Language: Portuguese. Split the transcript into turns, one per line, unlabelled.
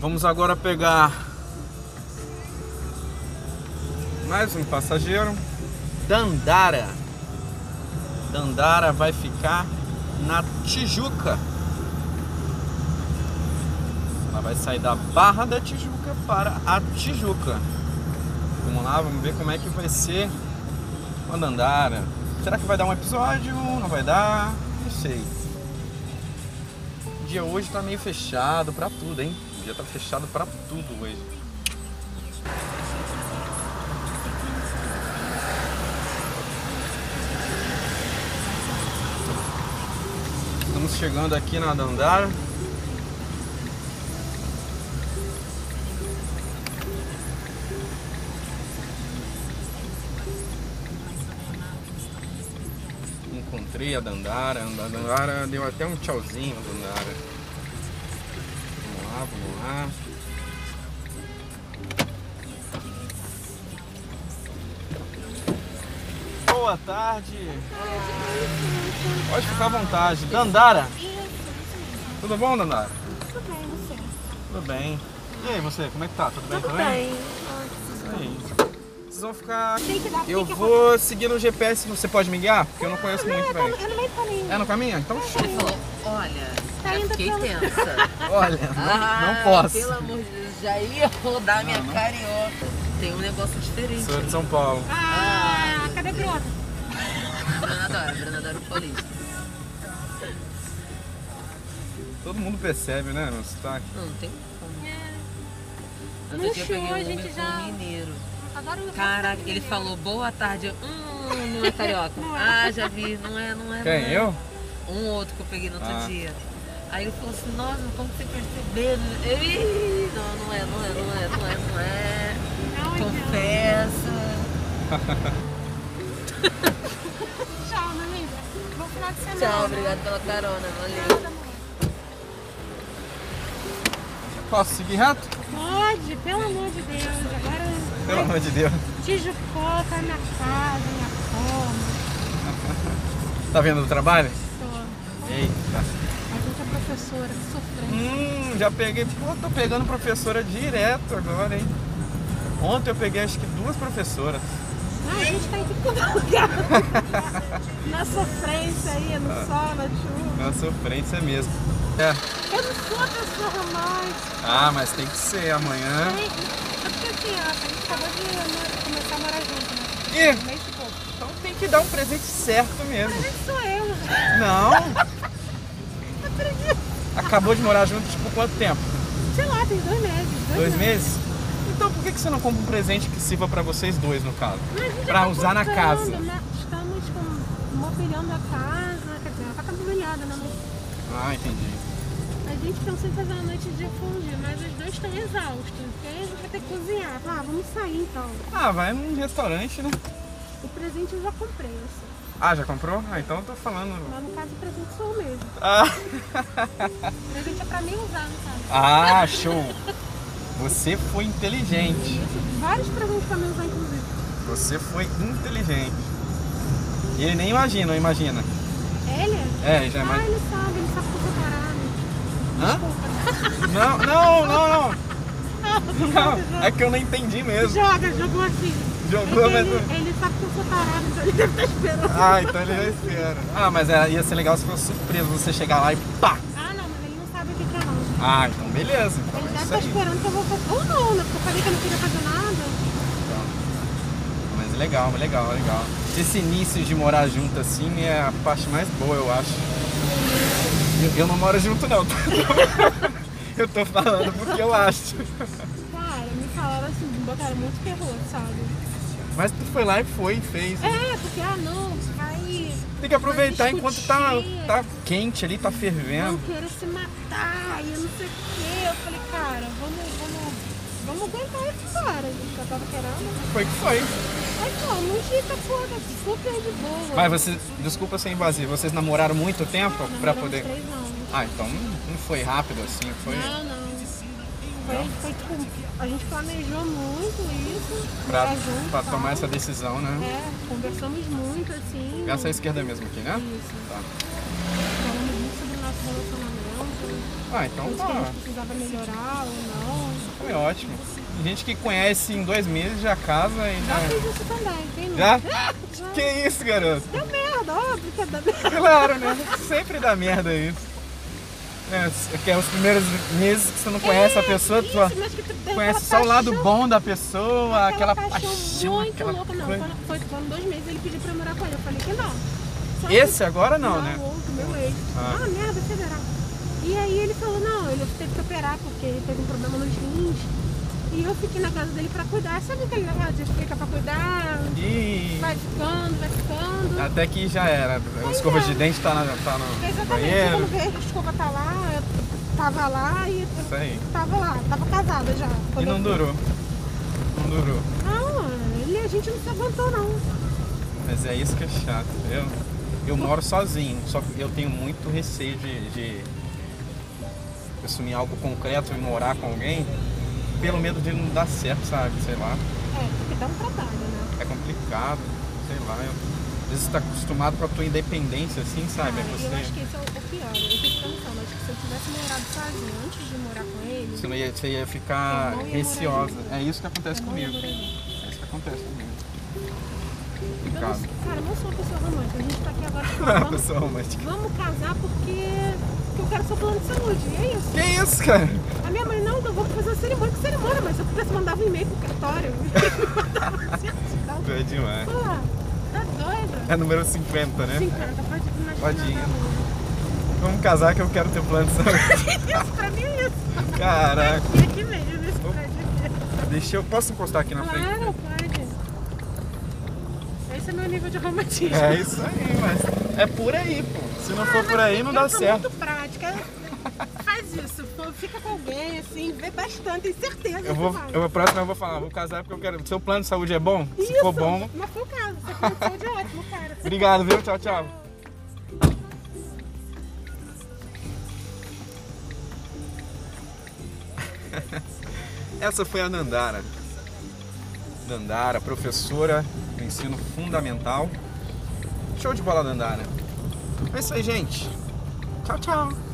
Vamos agora pegar mais um passageiro. Dandara. Dandara vai ficar na Tijuca. Ela vai sair da Barra da Tijuca para a Tijuca. Vamos lá, vamos ver como é que vai ser a Dandara. Será que vai dar um episódio? Não vai dar? Não sei. O dia hoje tá meio fechado pra tudo, hein? O dia tá fechado pra tudo hoje. Estamos chegando aqui na Dandara. encontrei a Dandara. A Dandara deu até um tchauzinho, Dandara. Vamos lá, vamos lá. Boa tarde. Pode ficar à vontade. Dandara, tudo bom, Dandara?
Tudo bem, você?
Tudo bem. E aí, você, como é que tá? Tudo bem
Tudo
também?
bem.
Aí. Vocês vão ficar...
Tem que dar
Eu
fica-
vou seguir no GPS, você pode me guiar? Porque eu não conheço
Não,
muito
é, tá,
bem.
é no meio do caminho.
É no caminho? Então show.
Olha,
Tá
já
indo
fiquei
pela-
tensa.
Olha, não,
Ah,
não posso.
Pelo amor de Deus, já ia rodar minha carioca. Tem um negócio diferente.
Sou de São Paulo.
Ah, cadê a Bruna?
Bruna adora, Bruna adora o paulista.
Todo mundo percebe, né? No sotaque.
Não, não tem como.
No
Outro dia eu peguei
show, a
um Uber
gente
com
já-
um mineiro.
Adoro o
Caraca, ele falou boa tarde. eu, Hum, não é carioca. ah, já vi. Não é, não é. não
Quem?
é.
Eu?
Um outro que eu peguei no outro
Ah.
dia. Aí ele falou assim, nossa, como você percebeu? Ei, Não, não é, não é, não é, não é, não é.
Não, então.
Confessa.
Tchau, minha amiga. Bom final de semana.
Tchau, obrigado pela carona, valeu.
Posso seguir reto?
Pode, pelo amor de Deus. Agora
Pelo amor de Deus.
Tijucó tá minha casa, minha cama.
Tá vendo o trabalho?
tô-
Eita.
A gente é professora, sofrendo.
Hum, já peguei. Pô, tô pegando professora direto agora, hein? Ontem eu peguei acho que duas professoras.
Ah, a gente tá em todo lugar. Na sofrência aí, no sol, na chuva.
Na sofrência mesmo. É.
Eu não sou uma pessoa romântica.
Ah, mas tem que ser
É porque assim, ó, a gente acabou de né,
amanhã.
começar a morar junto, né?
Ih,
Um mês e pouco.
então tem que dar um presente certo mesmo.
Mas isso sou eu.
Não. Acabou de morar junto, tipo, quanto tempo?
Sei lá, tem dois meses. Dois,
Dois meses? Então por que, que você não compra um presente que sirva pra vocês dois, no caso?
Mas a gente
Pra
tá
usar na
comprando,
casa.
né? Estamos com, mobiliando a casa, quer dizer, ela tá mobiliada, né? Mas
Ah, entendi.
a gente pensou em fazer uma noite de fundir, mas os dois estão exaustos. Porque aí a gente vai ter que cozinhar. Ah, vamos sair então.
Ah, vai num restaurante, né?
O presente eu já comprei, assim.
Ah, já comprou? Ah, então eu tô falando.
Mas no caso o presente sou eu mesmo.
Ah,
O presente é pra mim usar, no caso.
ah show! Você foi inteligente.
Isso, vários presentes pra mim usar, inclusive.
Você foi inteligente. E ele nem imagina, não imagina.
Ele?
É, ele já
Ah,
imagina.
ele sabe, ele sabe que eu sou parado.
Hã?
Desculpa.
Não, não, não, não. Não, é que eu não entendi mesmo.
Joga, jogou aqui.
Jogou,
ele,
mas.
ele tá sabe que eu sou parado, então ele deve estar esperando.
Ah, então ele já espera. Ah, mas é, ia ser legal se fosse surpresa você chegar lá e pá!
Ah, não, mas ele não sabe o que que é não.
Ah, então beleza. Então
Ele
é
deve
isso
estar
aí.
esperando que eu vou fazer. Ou não, né? Porque eu falei que eu não queria fazer nada.
Mas é legal, é legal, é legal. Esse início de morar junto assim é a parte mais boa, eu acho. Eu, eu não moro junto não. eu tô falando porque eu acho.
Cara, me falaram assim, me botaram muito terror, sabe?
Mas tu foi lá e foi, fez.
É, porque, ah, não, vai.
Tem que aproveitar
vai
enquanto tá,
discutir,
tá quente ali, tá
Não
fervendo.
queira se matar, e eu não sei o quê. Eu falei, cara, vamos, vamos, vamos aguentar esse cara. A gente já tava querendo.
Foi que foi.
Aí, pô, não fica, porra, super de boa.
Mas vocês, desculpa ser invasivo, vocês namoraram muito tempo
Namoramos
pra poder.
Três anos.
Ah, então não não foi rápido assim, foi
Não, não. Foi, foi tipo, a gente planejou muito isso.
pra,
morar junto,
pra
tal.
tomar essa decisão, né? é
É, conversamos muito, assim.
Essa é a esquerda mesmo aqui, né?
Isso.
Tá.
Falamos muito sobre o nosso relacionamento.
Ah, então
Onde que a
tá.
gente precisava melhorar ou não.
Foi ótimo. Tem gente que conhece em dois meses já casa e
Já
já.
fiz isso também, tem
É. Já?
Já.
Que isso, garoto?
Deu merda, óbvio que é da merda.
Claro, né? Sempre dá merda isso. É, s- que é os primeiros meses que você não conhece a pessoa, tu
É, isso,
só
mas que tu tem
conhece só
aquela
o lado
paixão,
bom da pessoa, aquela,
Aquela paixão
paixão.
muito
aquela
louca, não.
coisa.
Quando, foi quando dois meses ele pediu pra eu morar com ele. Eu falei que não. Só que-
Esse agora não, né?
outro, meu ex.
Ah.
Ah, merda, federal. E aí ele falou, não, ele teve que operar porque ele teve um problema nos rins. E eu fiquei na casa dele pra cuidar. Sabe aquele negócio de ficar pra cuidar?
E
Vai ficando, vai ficando.
até que já era. A
Pois
escova
é.
de dente tá, na, tá no
Exatamente, quando
banheiro.
veio, a escova tá lá, eu tava lá e
Isso aí.
tava lá, tava casada já.
E
Quando
não
eu-
durou. Não durou.
Não, ele, a gente não se aguentou não.
Mas é isso que é chato, entendeu? Eu moro sozinho, só que eu tenho muito receio de, de assumir algo concreto e morar com alguém, pelo medo de não dar certo, sabe? Sei lá,
É, porque dá um trabalho, né?
é complicado, sei lá. Eu, às vezes você tá acostumado com a tua independência, assim, sabe? Aí
Cara, eu acho
você,
que esse é o, o pior. Eu fico pensando, acho que se eu tivesse morado sozinha antes de morar com ele,
você, não ia, você ia ficar
Eu não ia
receosa.
morar
É isso que acontece
eu não ia
comigo.
morar junto.
É isso que acontece comigo.
Eu não
Complicado.
sou- Cara, eu não sou uma pessoa romântica. A gente tá aqui agora
Ah,
falando,
pessoa romântica.
vamos casar porque, porque eu quero seu plano de saúde. E é isso.
Que isso, cara?
A minha mãe, não, eu vou fazer uma cerimônia com cerimônia, mas se eu pudesse mandava um e-mail pro cartório. mandava certidão.
É demais.
Pô, tá doida? tá
É número 50, né?
50, pode imaginar.
Pode ir.
na rua.
Vamos casar que eu quero ter plano de saúde.
Isso, pra mim é isso.
Caraca.
E aqui mesmo, nesse prédio aqui.
Deixa eu. Posso encostar aqui na frente?
Claro, pode. Esse é meu nível de romantismo.
É isso aí, mas. É por aí, pô. Se não
Ah,
for
mas
por aí,
eu
não dá
sou
certo.
muito prática. Faz isso, pô, fica com alguém, assim, vê bastante, tem certeza
Eu vou.
que vai.
Eu, a próxima eu vou falar, vou casar porque eu quero. Seu plano de saúde é bom? Se
Isso,
for bom.
Mas foi o caso, você começou de ótimo, cara.
Obrigado, viu? Tchau, tchau. Essa foi a Nandara. Nandara, professora do ensino fundamental. Show de bola, Nandara. É isso aí, gente. Tchau, tchau.